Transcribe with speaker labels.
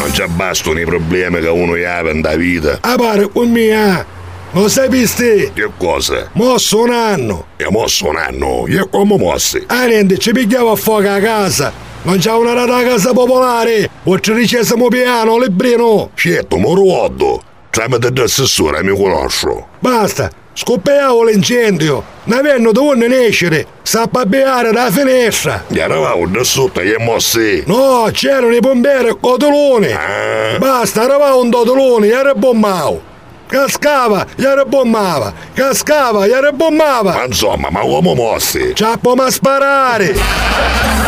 Speaker 1: non ci bastano i problemi che uno ha nella vita.
Speaker 2: A pare con mia, lo sapiste?
Speaker 1: Che cosa?
Speaker 2: Mosso un anno.
Speaker 1: E mosso un anno? E come mossi?
Speaker 2: Ah niente, ci pigliavo a fuoco a casa. Non c'è una rata casa popolare! O tredicesimo piano, lebrino!
Speaker 1: Certo, moruoddo! Tramite l'assessore mi conosco!
Speaker 2: Basta! Scoppiavo l'incendio! Ne venno dove ne escere! Sta a beare dalla finestra!
Speaker 1: Gli eravamo da sotto e mossi!
Speaker 2: No, c'erano i bomberi e cotoloni!
Speaker 1: Ah.
Speaker 2: Basta, eravamo un totolone, era bombao! Cascava, gli era bombava! Cascava, gli era bombava!
Speaker 1: Ma insomma, ma come mossi?
Speaker 2: Ciappo ma sparare!